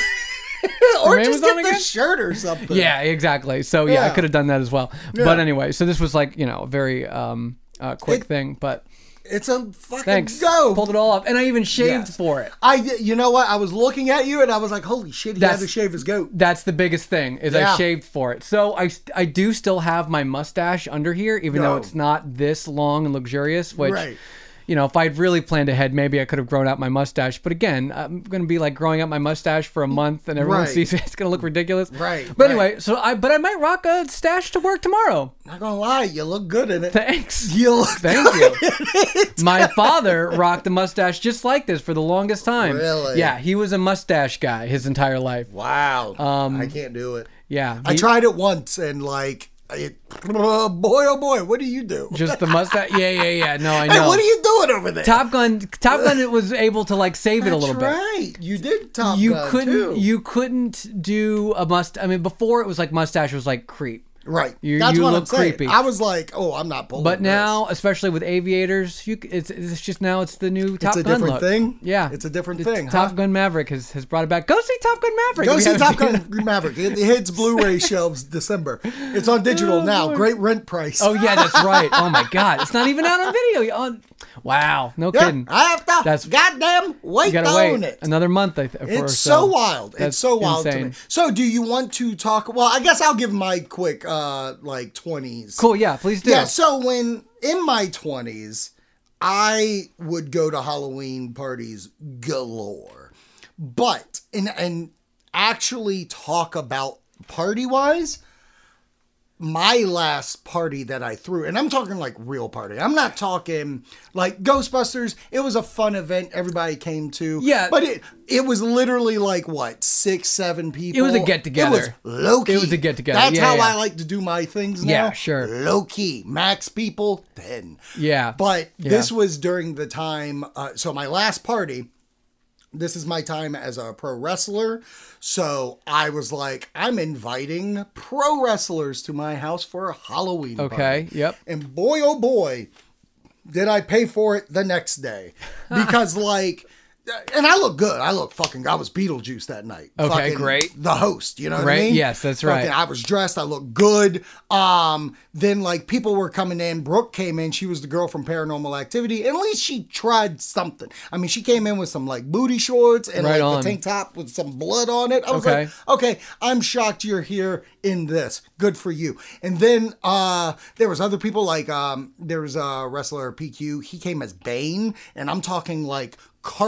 C: Or
B: From
C: just
B: Amazon
C: get the
B: again?
C: shirt or something.
B: Yeah, exactly. So yeah, I
C: Yeah.
B: could have done that as well. But anyway, so this was like you know a very um, uh, quick
C: It-
B: thing, but
C: It's a fucking
B: thanks.
C: go.
B: Pulled it all off, and I even shaved
C: Yes.
B: for it.
C: I, you know what? I was looking at you and I was like, holy shit, he had
B: That's-
C: to shave his goat.
B: That's the biggest thing is
C: Yeah.
B: I shaved for it. So I I do still have my mustache under here, even
C: No.
B: though it's not this long and luxurious. Which.
C: Right.
B: You know, if I'd really planned ahead, maybe I could have grown out my mustache. But again, I'm going to be like growing out my mustache for a month, and everyone
C: Right.
B: sees it. It's going to look ridiculous.
C: Right,
B: But
C: right.
B: anyway, so I but I might rock a stash to work tomorrow.
C: Not gonna lie, you look good in it.
B: Thanks.
C: You look
B: Thank you. My father rocked a mustache just like this for the longest time.
C: Really?
B: Yeah, he was a mustache guy his entire life.
C: Wow. Um, I can't do it.
B: Yeah.
C: I
B: he-
C: tried it once and like it, boy oh boy, what do you do?
B: just the mustache. Yeah, yeah, yeah. No, I know.
C: hey, what are you doing over there?
B: Top Gun Top Gun it was able to like save it a little
C: That's
B: bit.
C: right. You did Top
B: You
C: Gun
B: couldn't
C: too.
B: you couldn't do a must I mean before it was like mustache was like creep.
C: right.
B: you-
C: That's
B: you
C: what I'm
B: look
C: saying.
B: creepy.
C: I was like, oh, I'm not pulling.
B: But
C: this.
B: now, especially with aviators, you c- it's it's just now it's the new Top
C: it's a
B: Gun
C: different
B: look.
C: thing.
B: Yeah,
C: it's a different
B: It's
C: thing.
B: Top
C: huh?
B: Gun Maverick has, has brought it back. Go see Top Gun Maverick.
C: Go
B: if you
C: see
B: haven't
C: Top
B: seen it.
C: Gun Maverick. It hits Blu-ray shelves December. It's on digital now. Great rent price.
B: Oh yeah, that's right. Oh my God, it's not even out on video. On wow, no
C: yeah.
B: kidding.
C: I have to.
B: That's-
C: goddamn
B: You
C: wait
B: gotta
C: on
B: wait
C: it.
B: another month. I th- or
C: It's so wild.
B: That's
C: it's so wild to me.
B: insane.
C: So, do you want to talk? Well, I guess I'll give my quick, uh, like twenties.
B: Cool. Yeah, please do.
C: Yeah. So when in my twenties, I would go to Halloween parties galore, but and and actually talk about party wise. my last party that I threw, and I'm talking like real party. I'm not talking like Ghostbusters. It was a fun event. Everybody came to.
B: Yeah.
C: But it it was literally like what six, seven people.
B: was a get-together.
C: It was low key.
B: It was a get-together.
C: That's
B: Yeah,
C: how
B: yeah.
C: I like to do my things now.
B: Yeah, sure.
C: Low key, max people ten.
B: Yeah.
C: But this
B: Yeah.
C: was during the time. Uh, so my last party. This is my time as a pro wrestler. So I was like, I'm inviting pro wrestlers to my house for a Halloween.
B: Okay,
C: party.
B: yep.
C: And boy, oh boy, did I pay for it the next day because like. And I look good. I look fucking. I was Beetlejuice that night.
B: Okay,
C: Fucking
B: great.
C: The host, you know what I
B: Right,
C: mean?
B: yes, that's right.
C: Fucking I was dressed. I looked good. Um, then like people were coming in. Brooke came in. She was the girl from Paranormal Activity. At least she tried something. I mean, she came in with some like booty shorts and
B: Right
C: like
B: on.
C: the tank top with some blood on it. I was
B: Okay.
C: like, okay, I'm shocked you're here in this. Good for you. And then uh, there was other people like um, there was a wrestler PQ. He came as Bane, and I'm talking like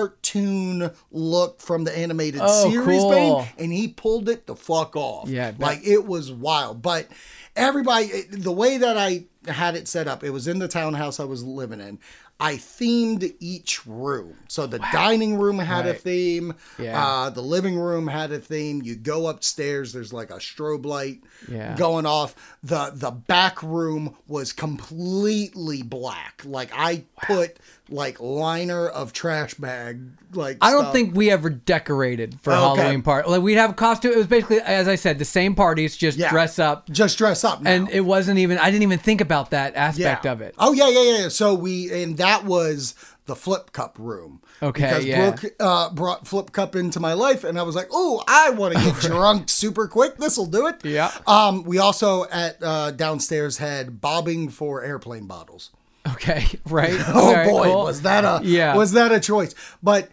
C: cartoon look from the animated
B: Oh,
C: series
B: cool.
C: Bane, and he pulled it the fuck off.
B: Yeah, I bet.
C: like it was wild. But everybody, it- the way that I had it set up, it was in the townhouse I was living in. I themed each room. So the dining room had a
B: Right.
C: theme.
B: Yeah.
C: Uh, the living room had a theme. You go upstairs. There's like a strobe light
B: Yeah.
C: going off. the The back room was completely black. Like I put like liner of trash bag. Like
B: I don't
C: stuff.
B: think we ever decorated for
C: Okay.
B: Halloween party. Like we'd have costume. It was basically, as I said, the same parties, just
C: Yeah.
B: dress up,
C: just dress up. Now.
B: and it wasn't even. I didn't even think about that aspect of it.
C: Oh yeah, yeah, yeah, yeah. So we and that was the flip cup room.
B: Okay,
C: Because
B: yeah.
C: Brooke uh, brought flip cup into my life, and I was like, "Oh, I want to get drunk super quick. This will do it."
B: Yeah.
C: Um, we also at uh, downstairs had bobbing for airplane bottles.
B: Okay, right?
C: Oh
B: Okay,
C: boy,
B: cool.
C: was that a
B: Yeah.
C: was that a choice? But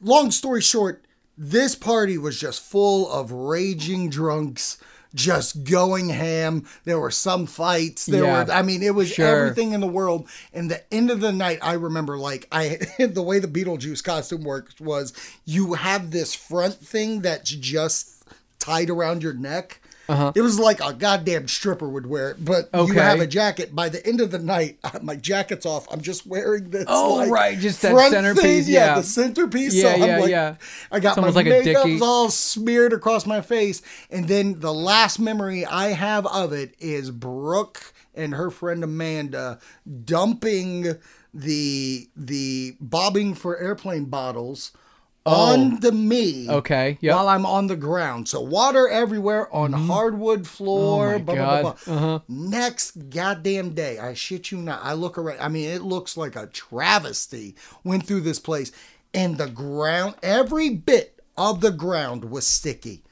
C: long story short, this party was just full of raging drunks just going ham. There were some fights. There
B: Yeah.
C: were I mean, it was
B: Sure.
C: everything in the world. And the end of the night, I remember like I the way the Beetlejuice costume worked was you have this front thing that's just tied around your neck.
B: Uh-huh.
C: It was like a goddamn stripper would wear it, but you
B: Okay.
C: have a jacket. By the end of the night, my jacket's off. I'm just wearing this.
B: Oh,
C: like,
B: right, just that
C: front
B: centerpiece,
C: thing.
B: yeah.
C: the centerpiece.
B: Yeah,
C: so I'm
B: yeah,
C: like,
B: yeah.
C: I got
B: It's almost
C: my
B: like a
C: makeup
B: dicky.
C: all smeared across my face, and then the last memory I have of it is Brooke and her friend Amanda dumping the the bobbing for airplane bottles.
B: Oh,
C: Onto me,
B: Okay, yep. Mm-hmm.
C: while I'm on the ground, so water everywhere on hardwood floor.
B: Oh my
C: blah, blah, blah,
B: God. Uh-huh.
C: blah. Next goddamn day, I shit you not. I look around. I mean, it looks like a travesty. Went through this place, and the ground, every bit of the ground was sticky.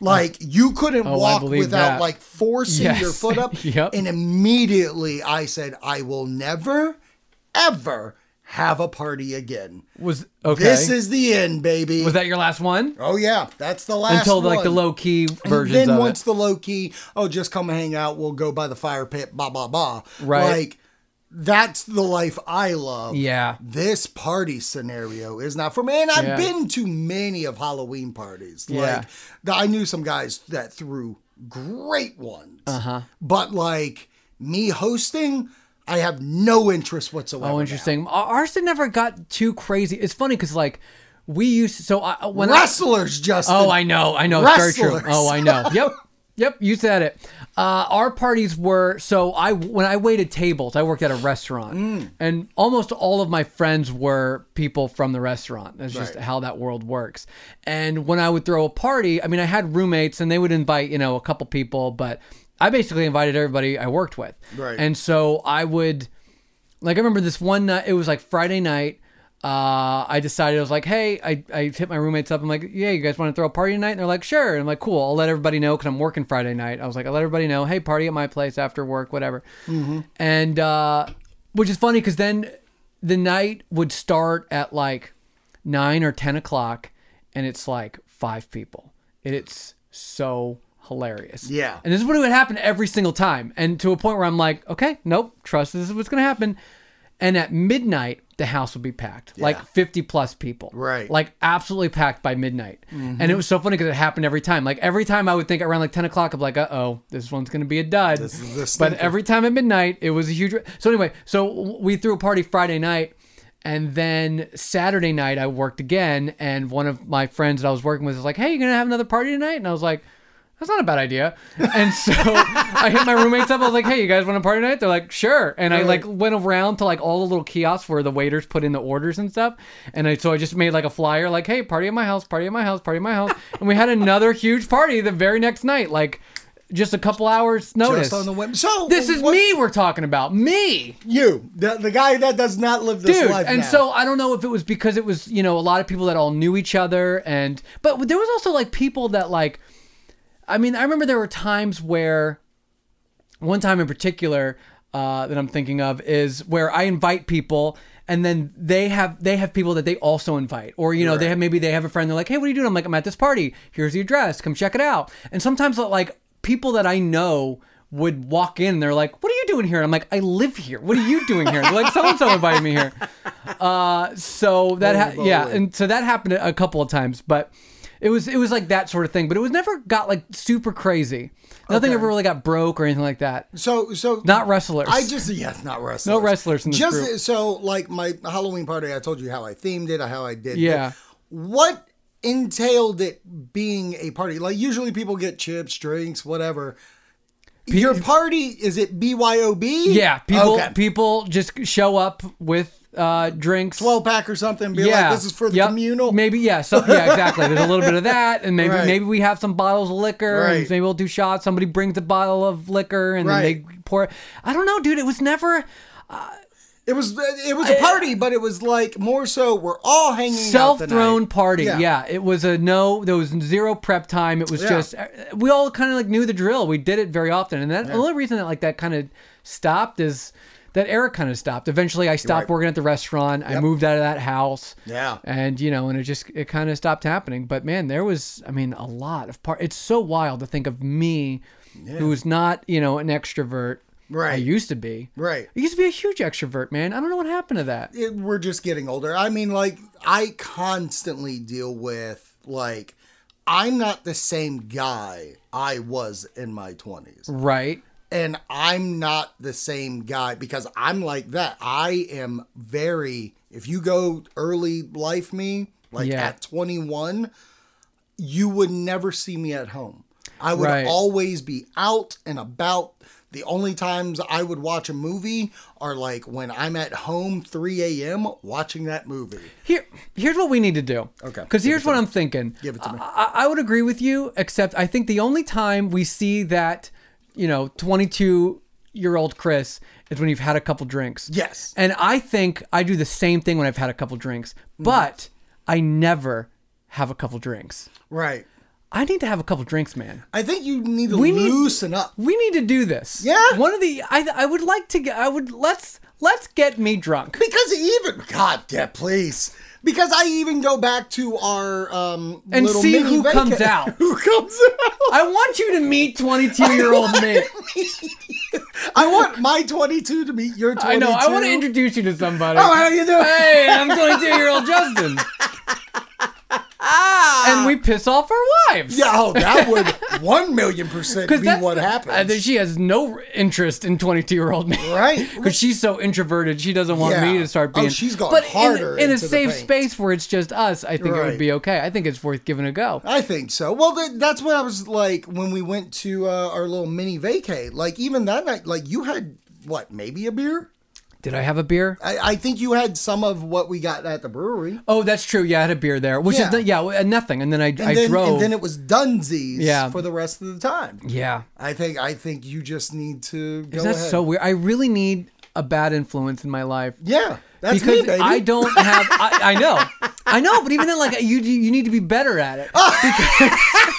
C: Like you couldn't
B: Uh, oh, I
C: walk
B: believe
C: without
B: that.
C: like forcing your
B: Yes.
C: foot up.
B: Yep.
C: And immediately I said, I will never, ever have a party again.
B: was okay.
C: This is the end, baby.
B: was that your last one?
C: oh yeah, that's the last
B: Until like the
C: one.
B: low key
C: And
B: versions
C: then
B: of
C: once
B: it.
C: the low key, oh, just come hang out. We'll go by the fire pit. Blah blah blah.
B: Right.
C: Like that's the life I love.
B: Yeah.
C: This party scenario is not for me. And I've
B: Yeah.
C: been to many of Halloween parties.
B: Yeah.
C: Like th- I knew some guys that threw great ones. Uh-huh. But like me hosting, I have no interest whatsoever.
B: Oh,
C: now.
B: interesting. Ar- Ours never got too crazy. It's funny because like we used to, so I, uh, when I,
C: Wrestlers, Justin.
B: Oh, I know, I know, it's very true.
C: Wrestlers.
B: Oh, I know. Yep, yep, you said it. Uh, our parties were so I when I waited tables, I worked at a restaurant,
C: Mm.
B: and almost all of my friends were people from the restaurant. That's just
C: Right.
B: how that world works. And when I would throw a party, I mean, I had roommates, and they would invite you know a couple people, but I basically invited everybody I worked with.
C: Right.
B: And so I would like I remember this one night. It was like Friday night. Uh, I decided I was like, hey, I, I hit my roommates up. I'm like, yeah, you guys want to throw a party tonight? And they're like, sure. And I'm like, cool. I'll let everybody know because I'm working Friday night. I was like, I'll let everybody know. Hey, party at my place after work, whatever. And uh, which is funny because then the night would start at like nine or ten o'clock, and it's like five people. It's so hilarious.
C: Yeah.
B: And this is what would happen every single time. And to a point where I'm like, okay, nope, trust this is what's going to happen. And at midnight, the house would be packed, like 50 plus people.
C: Right. Mm-hmm.
B: Like absolutely packed by midnight. And it was so funny because it happened every time. Like every time I would think around like 10 o'clock, I'm like, uh oh, this one's going to be a dud.
C: This is the
B: but
C: stinker.
B: every time at midnight, it was a huge. So anyway, so w- we threw a party Friday night. And then Saturday night, I worked again. And one of my friends that I was working with was like, hey, you going to have another party tonight? And I was like, that's not a bad idea. And so I hit my roommates up. I was like, hey, you guys want a party night? They're like, sure. And I like went around to like all the little kiosks where the waiters put in the orders and stuff. And I, so I just made like a flyer like, hey, party at my house, party at my house, party at my house. and we had another huge party the very next night, like just a couple hours notice.
C: Just on the whim. So
B: This is
C: what-
B: me we're talking about. Me.
C: You, the, the guy that does not live this
B: Dude,
C: life.
B: and
C: now.
B: so I don't know if it was because it was, you know, a lot of people that all knew each other and but there was also like people that like I mean, I remember there were times where one time in particular uh, that I'm thinking of is where I invite people and then they have they have people that they also invite or you know they have maybe they have a friend they're like hey what are you doing i'm like i'm at this party here's the address come check it out and sometimes uh, like people that i know would walk in and they're like what are you doing here and i'm like i live here what are you doing here they're like so and so invited me here uh, so that ha-
C: Holy
B: yeah
C: moly.
B: and so that happened a couple of times but it was it was like that sort of thing but it was never got like super crazy nothing
C: Okay.
B: ever really got broke or anything like that
C: so so
B: not wrestlers.
C: I just yeah, not wrestlers.
B: No wrestlers in this
C: Just
B: group.
C: so like my Halloween party, I told you how I themed it, how I did. it.
B: Yeah.
C: What entailed it being a party? Like usually people get chips, drinks, whatever. Your party is it BYOB?
B: yeah, people
C: Okay.
B: people just show up with uh drinks.
C: Twelve pack or something. Be
B: yeah,
C: like, this is for the
B: Yep.
C: communal.
B: Maybe yeah, so, yeah, exactly. There's a little bit of that, and maybe
C: Right.
B: maybe we have some bottles of liquor, and
C: Right.
B: maybe we'll do shots. Somebody brings a bottle of liquor, and then
C: Right.
B: they pour. it. I don't know, dude. It was never
C: It was it was a party, but it was like more so we're all hanging out
B: self
C: tonight.
B: thrown party. Yeah.
C: Yeah.
B: it was a no. There was zero prep time. It was
C: Yeah.
B: just uh, we all kind of like knew the drill. We did it very often, and that the only reason that like that kind of stopped is that era kind of stopped. Eventually, I stopped
C: right.
B: working at the restaurant. I moved out of that house.
C: Yeah.
B: and you know, and it just it kind of stopped happening. But man, there was I mean a lot of part. It's so wild to think of me, who was not you know an extrovert. I
C: Right.
B: used to be.
C: Right.
B: I used to be a huge extrovert, man. I don't know what happened to that.
C: it, we're just getting older. I mean, like, I constantly deal with, like, I'm not the same guy I was in my 20s.
B: Right.
C: And I'm not the same guy because I'm like that. I am very, if you go early life me, like
B: Yeah.
C: at 21, you would never see me at home. I would
B: Right.
C: always be out and about. The only times I would watch a movie are like when I'm at home 3 a.m. watching that movie.
B: Here, here's what we need to do.
C: Okay.
B: Because here's what I'm thinking.
C: Give it to me.
B: I, I would agree with you, except I think the only time we see that, you know, 22 year old Chris is when you've had a couple drinks.
C: Yes.
B: And I think I do the same thing when I've had a couple drinks,
C: Mm-hmm.
B: but I never have a couple drinks.
C: Right.
B: I need to have a couple drinks, man.
C: I think you need to
B: We need-
C: loosen up.
B: We need to do this.
C: Yeah.
B: One of the I I would like to get I would let's let's get me drunk.
C: Because even God, yeah, please. Because I even go back to our um
B: And
C: little
B: see
C: mini
B: who
C: vaca-
B: comes out.
C: who comes out.
B: I want you to meet 22 year old me.
C: I want my 22 to meet your 22.
B: I know. I want to introduce you to somebody.
C: Oh, how you doing?
B: Hey, I'm 22 year old Justin. and we piss off our wives.
C: Ah. Yeah, oh, that would one million percent be
B: that's
C: what
B: the-
C: happens.
B: I think she has no interest in 22 year old me.
C: right?
B: Because she's so introverted, she doesn't want
C: Yeah.
B: me to start
C: Oh,
B: being.
C: she's gone
B: but in-
C: harder
B: in, a
C: into the
B: safe
C: paint.
B: space where it's just us. I think it would
C: Right.
B: be okay. I think it's worth giving a go.
C: I think so. Well, th- that's what I was like when we went to uh, our little mini vacay. Like even that night, like you had what? Maybe a beer.
B: Did I have a beer?
C: I, I think you had some of what we got at the brewery.
B: Oh, that's true. Yeah, I had a beer there, which
C: Yeah.
B: is yeah, uh, nothing. And then I
C: And
B: I
C: then,
B: drove.
C: And then it was Dunsies
B: Yeah.
C: for the rest of the time.
B: yeah,
C: I think I think you just need to go
B: that's
C: ahead.
B: so weird. I really need a bad influence in my life.
C: yeah, that's
B: because
C: me, baby.
B: I don't have. I, I know, I know, but even then, like you, you need to be better at it.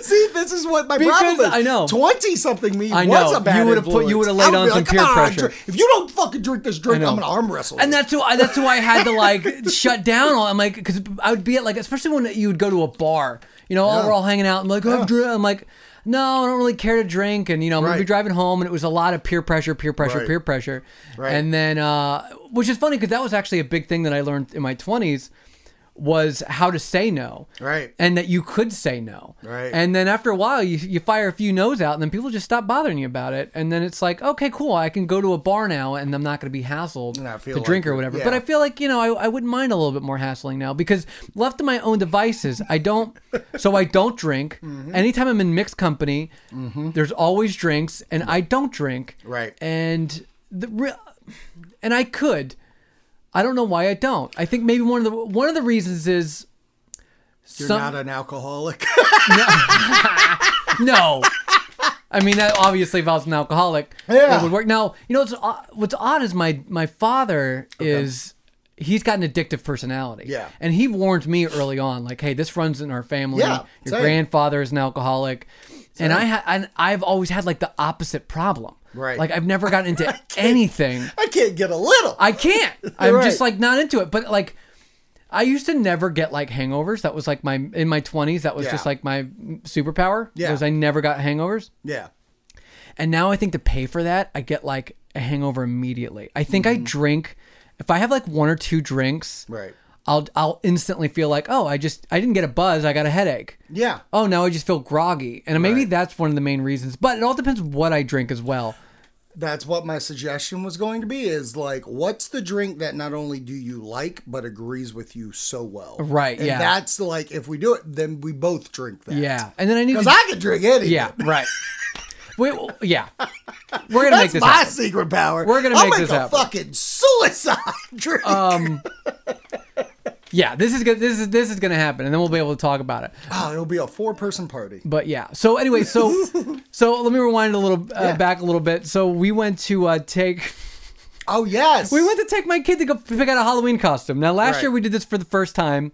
C: See, this is what my
B: Because-
C: problem is.
B: I know.
C: Twenty something me
B: I
C: was
B: know.
C: a bad
B: You would've put- you would've laid
C: influence.
B: on
C: I would
B: some
C: be like,
B: peer
C: "Come on,
B: pressure."
C: drink- If you don't fucking drink this drink,
B: know.
C: I'm gonna arm wrestle.
B: And
C: you."
B: that's why that's why I had to like shut down. all- I'm like, because I would be at like, especially when you would go to a bar, you know,
C: Yeah.
B: we're all hanging out. I'm like, oh,
C: Yeah.
B: dr-" I'm like, no, I don't really care to drink, and you know, I'm gonna be
C: Right.
B: driving home, and it was a lot of peer pressure, peer pressure,
C: Right.
B: peer pressure,
C: Right.
B: and then uh, which is funny because that was actually a big thing that I learned in my 20s was how to say no,
C: Right.
B: and that you could say no,
C: Right.
B: and then after a while, you, you fire a few no's out, and then people just stop bothering you about it. And then it's like, okay, cool, I can go to a bar now, and I'm not going to be hassled
C: I feel
B: to
C: like
B: drink
C: it,
B: or whatever.
C: yeah.
B: But I feel like you know, I, I wouldn't mind a little bit more hassling now because left to my own devices, I don't. so I don't drink.
C: Mm-hmm.
B: Anytime I'm in mixed company, there's always drinks, and I don't drink.
C: Right.
B: And the re- and I could. I don't know why I don't. I think maybe one of the one of the reasons is
C: You're
B: some-
C: not an alcoholic.
B: no. I mean, that obviously, if I was an alcoholic,
C: Yeah.
B: it would work. Now, you know what's o- what's odd is my my father is he's got an addictive personality.
C: Yeah.
B: and he warned me early on, like, "Hey, this runs in our family.
C: Yeah,
B: Your
C: same.
B: grandfather is an alcoholic." And I ha- and I've always had like the opposite problem.
C: Right.
B: Like I've never gotten into anything.
C: I can't get a little.
B: I can't. I'm
C: Right.
B: just like not into it. But like, I used to never get like hangovers. That was like my in my 20s. That was
C: Yeah.
B: just like my superpower.
C: Yeah.
B: because I never got hangovers.
C: yeah.
B: And now I think to pay for that, I get like a hangover immediately. I think I drink if I have like one or two drinks,
C: Mm-hmm. Right.
B: I'll I'll instantly feel like, "Oh, I just I didn't get a buzz, I got a headache."
C: Yeah.
B: Oh, now I just feel groggy. And maybe
C: Right.
B: that's one of the main reasons, but it all depends what I drink as well.
C: That's what my suggestion was going to be is like, what's the drink that not only do you like, but agrees with you so well?
B: Right,
C: And
B: yeah.
C: That's like, if we do it, then we both drink that.
B: Yeah. And then I need
C: Because
B: to
C: I can drink anything.
B: Yeah, right. Wait, well, yeah. We're going to make
C: That's
B: this
C: my
B: happen.
C: secret power.
B: We're gonna
C: I'll
B: make
C: make
B: this
C: a
B: happen. Um,
C: fucking suicide drink.
B: Yeah, this is good. This is this is going to happen and then we'll be able to talk about it.
C: oh, it'll be a four person party.
B: But yeah. So anyway, so so let me rewind a little uh,
C: Yeah.
B: back a little bit. So we went to uh, take
C: Oh, yes.
B: we went to take my kid to go pick out a Halloween costume. Now last
C: Right.
B: year we did this for the first time,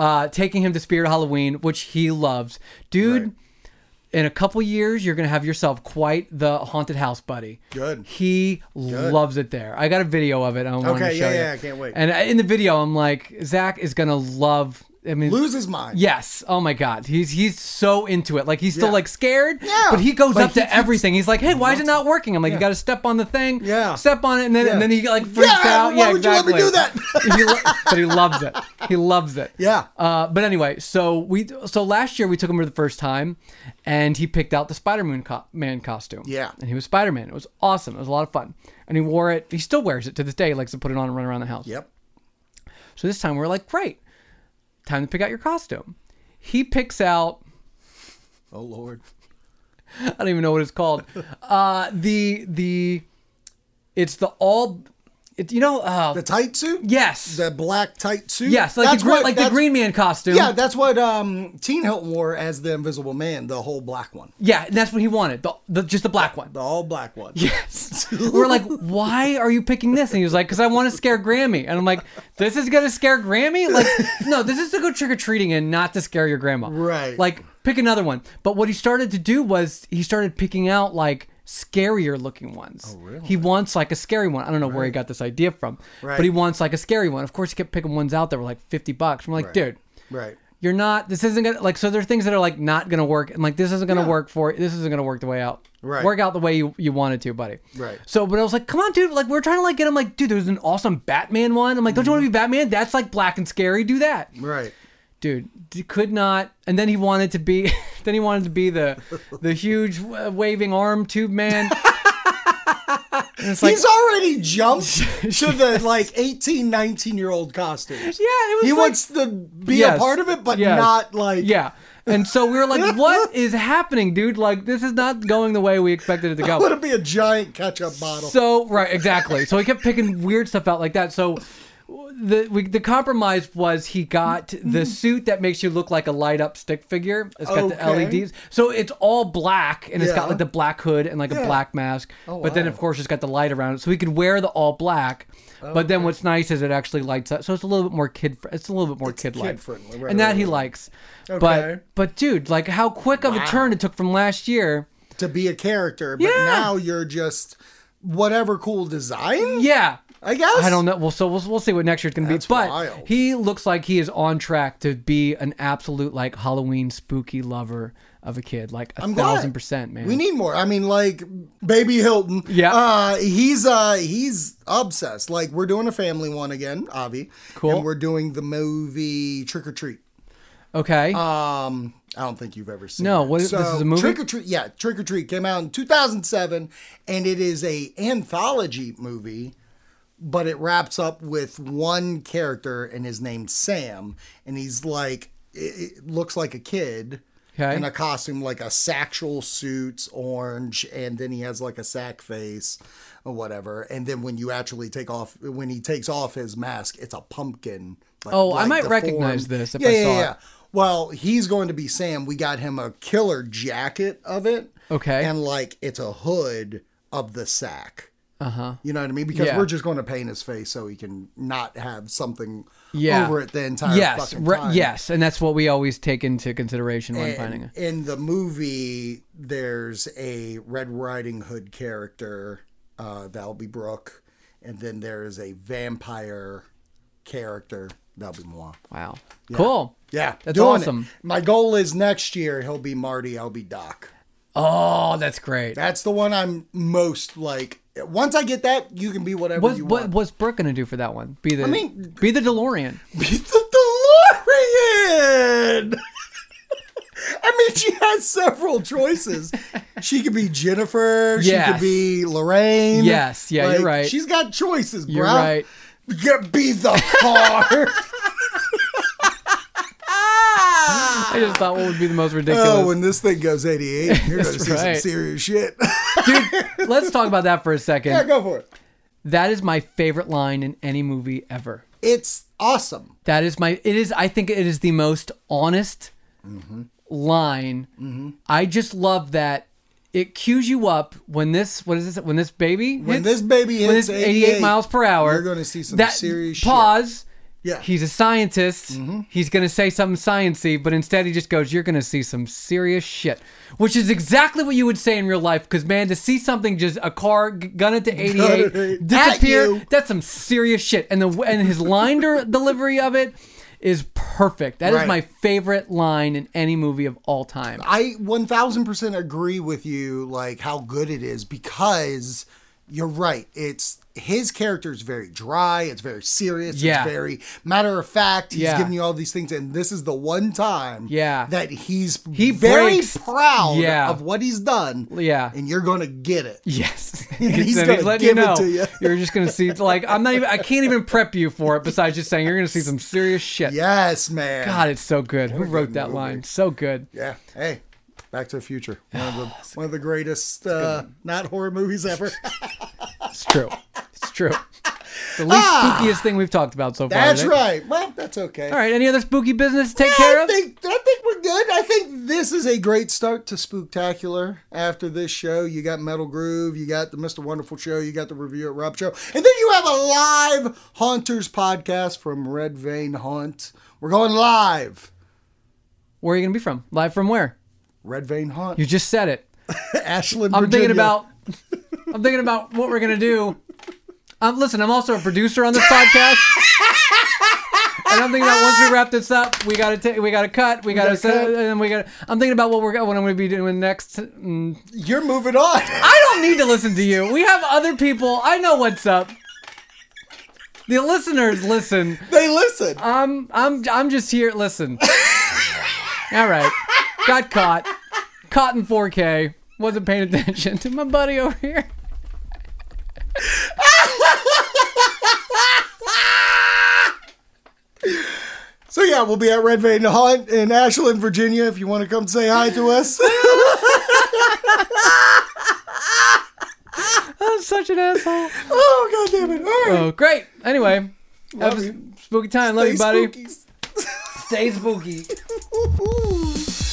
B: uh, taking him to Spirit Halloween, which he loves, dude.
C: Right.
B: In a couple years, you're gonna have yourself quite the haunted house buddy.
C: Good.
B: He loves it there. I got a video of it. I wanted
C: Okay,
B: to show
C: yeah,
B: you.
C: yeah, I can't wait.
B: And I- in the video, I'm like, Zach is gonna love. I mean,
C: Lose his mind.
B: Yes. Oh my God. He's he's so into it. Like he's still
C: Yeah.
B: like scared.
C: Yeah.
B: But he goes
C: But
B: up
C: he
B: to everything. He's like, hey, why is it not working? I'm like, you
C: Yeah.
B: got to step on the thing.
C: Yeah.
B: Step on it, and then
C: Yeah.
B: and then he like freaks
C: Yeah,
B: out.
C: why
B: yeah.
C: would you let me
B: exactly.
C: do that?
B: He lo- but he loves it. He loves it.
C: Yeah.
B: Uh, but anyway, so we so last year we took him for the first time, and he picked out the Spider Man co- man costume.
C: Yeah.
B: And he was Spider Man. It was awesome. It was a lot of fun. And he wore it. He still wears it to this day. He likes to put it on and run around the house.
C: Yep.
B: So this time we're like, great, time to pick out your costume. He picks out
C: Oh, Lord.
B: I don't even know what it's called. Uh, the the it's the all it, you know uh,
C: The tight suit?
B: yes
C: The black tight suit?
B: yes like the green,
C: what-
B: like the
C: that's-
B: Green Man costume.
C: Yeah, that's what um, Teen Hilton wore as the Invisible Man, the whole black one,
B: yeah, and that's what he wanted. The, the just the black one.
C: the all black one.
B: Yes. We're like, why are you picking this? And he was like, because I want to scare Grammy. And I'm like, this is gonna scare Grammy? Like, no, this is to go trick or treating and not to scare your grandma.
C: Right.
B: Like, pick another one. But what he started to do was he started picking out like scarier looking ones. Oh, really? He wants like a scary one. I don't know where he got this idea from.
C: Right.
B: But he wants like a scary one. Of course, he kept picking ones out that were like 50 bucks. I'm like, dude.
C: Right.
B: You're not. This isn't gonna like. So there are things that are like not gonna work, and like this isn't gonna work for. This isn't gonna work the way out.
C: Right.
B: Work out the way you, you wanted to, buddy.
C: Right.
B: So, but I was like, come on, dude. Like we're trying to like get him. Like, dude, there's an awesome Batman one. I'm like, don't you want
C: Mm-hmm.
B: to be Batman? That's like black and scary. Do that,
C: Right.
B: dude. d- Could not. And then he wanted to be. then he wanted to be the the huge uh, waving arm tube man. And it's like,
C: He's already jumped to the like 18, 19 year old costumes.
B: yeah, it was.
C: He
B: like-
C: wants to be
B: Yes.
C: a part of it, but
B: Yes.
C: not like.
B: Yeah. And so we were like, what is happening, dude? Like, this is not going the way we expected it to go.
C: I want to be a giant ketchup bottle.
B: So right, exactly. So he kept picking weird stuff out like that. So the we, the compromise was he got the suit that makes you look like a light up stick figure. It's got
C: Mm-hmm. Okay.
B: the LEDs, so it's all black, and it's got
C: Yeah.
B: like the black hood and like a
C: Yeah.
B: black mask.
C: Oh,
B: but then
C: wow. Oh,
B: of course it's got the light around it, so he could wear the all black. But then what's nice is it actually lights up, so it's a little bit more kid. fr- It's a little bit more kid like,
C: kid-friendly, right,
B: and that
C: right,
B: he
C: right.
B: likes.
C: Okay.
B: But but dude, like how quick of a turn it took from last year.
C: to be a character, but
B: Yeah.
C: now you're just whatever cool design.
B: Yeah,
C: I guess
B: I don't know. Well, so we'll, we'll see what next year's going to be.
C: That's
B: But
C: wild.
B: he looks like he is on track to be an absolute like Halloween spooky lover of a kid, like a
C: I'm glad.
B: thousand percent, man.
C: We need more. I mean, like Baby Hilton.
B: Yeah.
C: Uh, he's uh he's obsessed. Like we're doing a family one again, Avi.
B: Cool.
C: And we're doing the movie Trick or Treat.
B: okay,
C: Um, I don't think you've ever seen.
B: No,
C: it.
B: what is- this is a movie?
C: Trick or Treat, yeah, Trick or Treat came out in 2007, and it is a anthology movie, but it wraps up with one character, and his name's Sam, and he's like, it, it looks like a kid.
B: Okay.
C: In a costume like a sexual suits, orange, and then he has like a sack face or whatever. And then when you actually take off, when he takes off his mask, it's a pumpkin. like-
B: Oh, I
C: like
B: might
C: the
B: recognize this if
C: yeah,
B: I
C: yeah,
B: saw it.
C: yeah. Well, he's going to be Sam. We got him a killer jacket of it.
B: Okay.
C: And like it's a hood of the sack.
B: uh huh.
C: You know what I mean? Because
B: Yeah.
C: we're just going to paint his face so he can not have something
B: Yeah.
C: over it the entire
B: Yes,
C: fucking
B: re-
C: time.
B: yes, and that's what we always take into consideration when finding
C: And
B: a
C: in the movie, there's a Red Riding Hood character, uh, that'll be Brooke, and then there is a vampire character, that'll be moi.
B: wow. Cool.
C: Yeah,
B: That's
C: doing it.
B: awesome.
C: My goal is next year he'll be Marty, I'll be Doc.
B: Oh, that's great.
C: That's the one I'm most like. Once I get that, you can be whatever
B: What,
C: you
B: what
C: want.
B: what's Brooke gonna do for that one? Be the
C: mean-
B: be the DeLorean.
C: Be the DeLorean. I mean, she has several choices. She could be Jennifer. She
B: Yes.
C: could be Lorraine.
B: Yes, yeah, you're right.
C: She's got choices, bro.
B: You're right.
C: Get- be the car.
B: I just thought what would be the most ridiculous.
C: oh, when this thing goes 88, you're going to see some
B: right.
C: serious shit.
B: Dude, let's talk about that for a second.
C: yeah, go for it.
B: That is my favorite line in any movie ever.
C: It's awesome.
B: That is my. It is. I think it is the most honest
C: Mm-hmm.
B: line. I just love that. It cues you up when this. What is this? When this baby.
C: When this baby
B: When
C: hits
B: it's 88, miles per hour.
C: you're going to see some serious shit.
B: pause.
C: Yeah. Mm-hmm.
B: He's a scientist. He's gonna say something sciency, but instead he just goes, "You're gonna see some serious shit," which is exactly what you would say in real life. Because man, to see something just a car g- gun it to
C: Gun it
B: eighty-eight
C: at
B: disappear,
C: you.
B: that's some serious shit. And the and his line der- delivery of it is perfect. That is
C: Right.
B: my favorite line in any movie of all time.
C: I 1000% agree with you, like how good it is because you're right. It's his character is very dry, it's very serious,
B: Yeah.
C: it's very matter of fact. He's
B: Yeah.
C: giving you all these things, and this is the one time
B: Yeah.
C: that he's
B: He
C: very
B: breaks.
C: proud
B: Yeah.
C: of what he's done.
B: Yeah.
C: And you're going to get it.
B: Yes,
C: he's
B: Then
C: gonna
B: letting
C: give it to you.
B: You're just gonna see like I'm not even. I can't even prep you for it. Besides just saying you're gonna see some serious shit.
C: Yes, man.
B: God, it's so good. Who
C: a
B: wrote
C: good
B: that
C: movie.
B: line? So good.
C: Yeah. Hey. Back to the Future, one of the one of the greatest uh, not horror movies ever.
B: It's true. It's true. The least spookiest thing we've talked about so far.
C: Ah! That's
B: today.
C: right. Well, that's okay.
B: All right. Any other spooky business to take care
C: I
B: of?
C: think I think we're good. I think this is a great start to Spooktacular. After this show, you got Metal Groove, you got the Mr. Wonderful show, you got the Review at Rob show, and then you have a live Haunters podcast from Red Vein Haunt. We're going live.
B: Where are you gonna be from? Live from where?
C: Red Vein Haunt,
B: You just said it.
C: Ashland,
B: I'm
C: Virginia.
B: thinking about. I'm thinking about what we're gonna do. Um, listen, I'm also a producer on this podcast. And I'm thinking about once we wrap this up, we gotta take, we gotta cut, we, gotta,
C: gotta
B: set,
C: cut.
B: and then we gotta. I'm thinking about what we're what I'm gonna be doing next. Mm,
C: you're moving on.
B: I don't need to listen to you. We have other people. I know what's up. The listeners listen.
C: they listen.
B: I'm I'm I'm just here. Listen. All right. Got caught. Caught in 4K. Wasn't paying attention to my buddy over here.
C: So yeah, we'll be at Red Vein Haunt in Ashland, Virginia. If you want to come say hi to us,
B: I'm such an asshole.
C: oh god damn it! All right.
B: Oh, great. Anyway, Have a spooky time. Love you, buddy.
C: Spookies.
B: Stay spooky.
C: Ooh.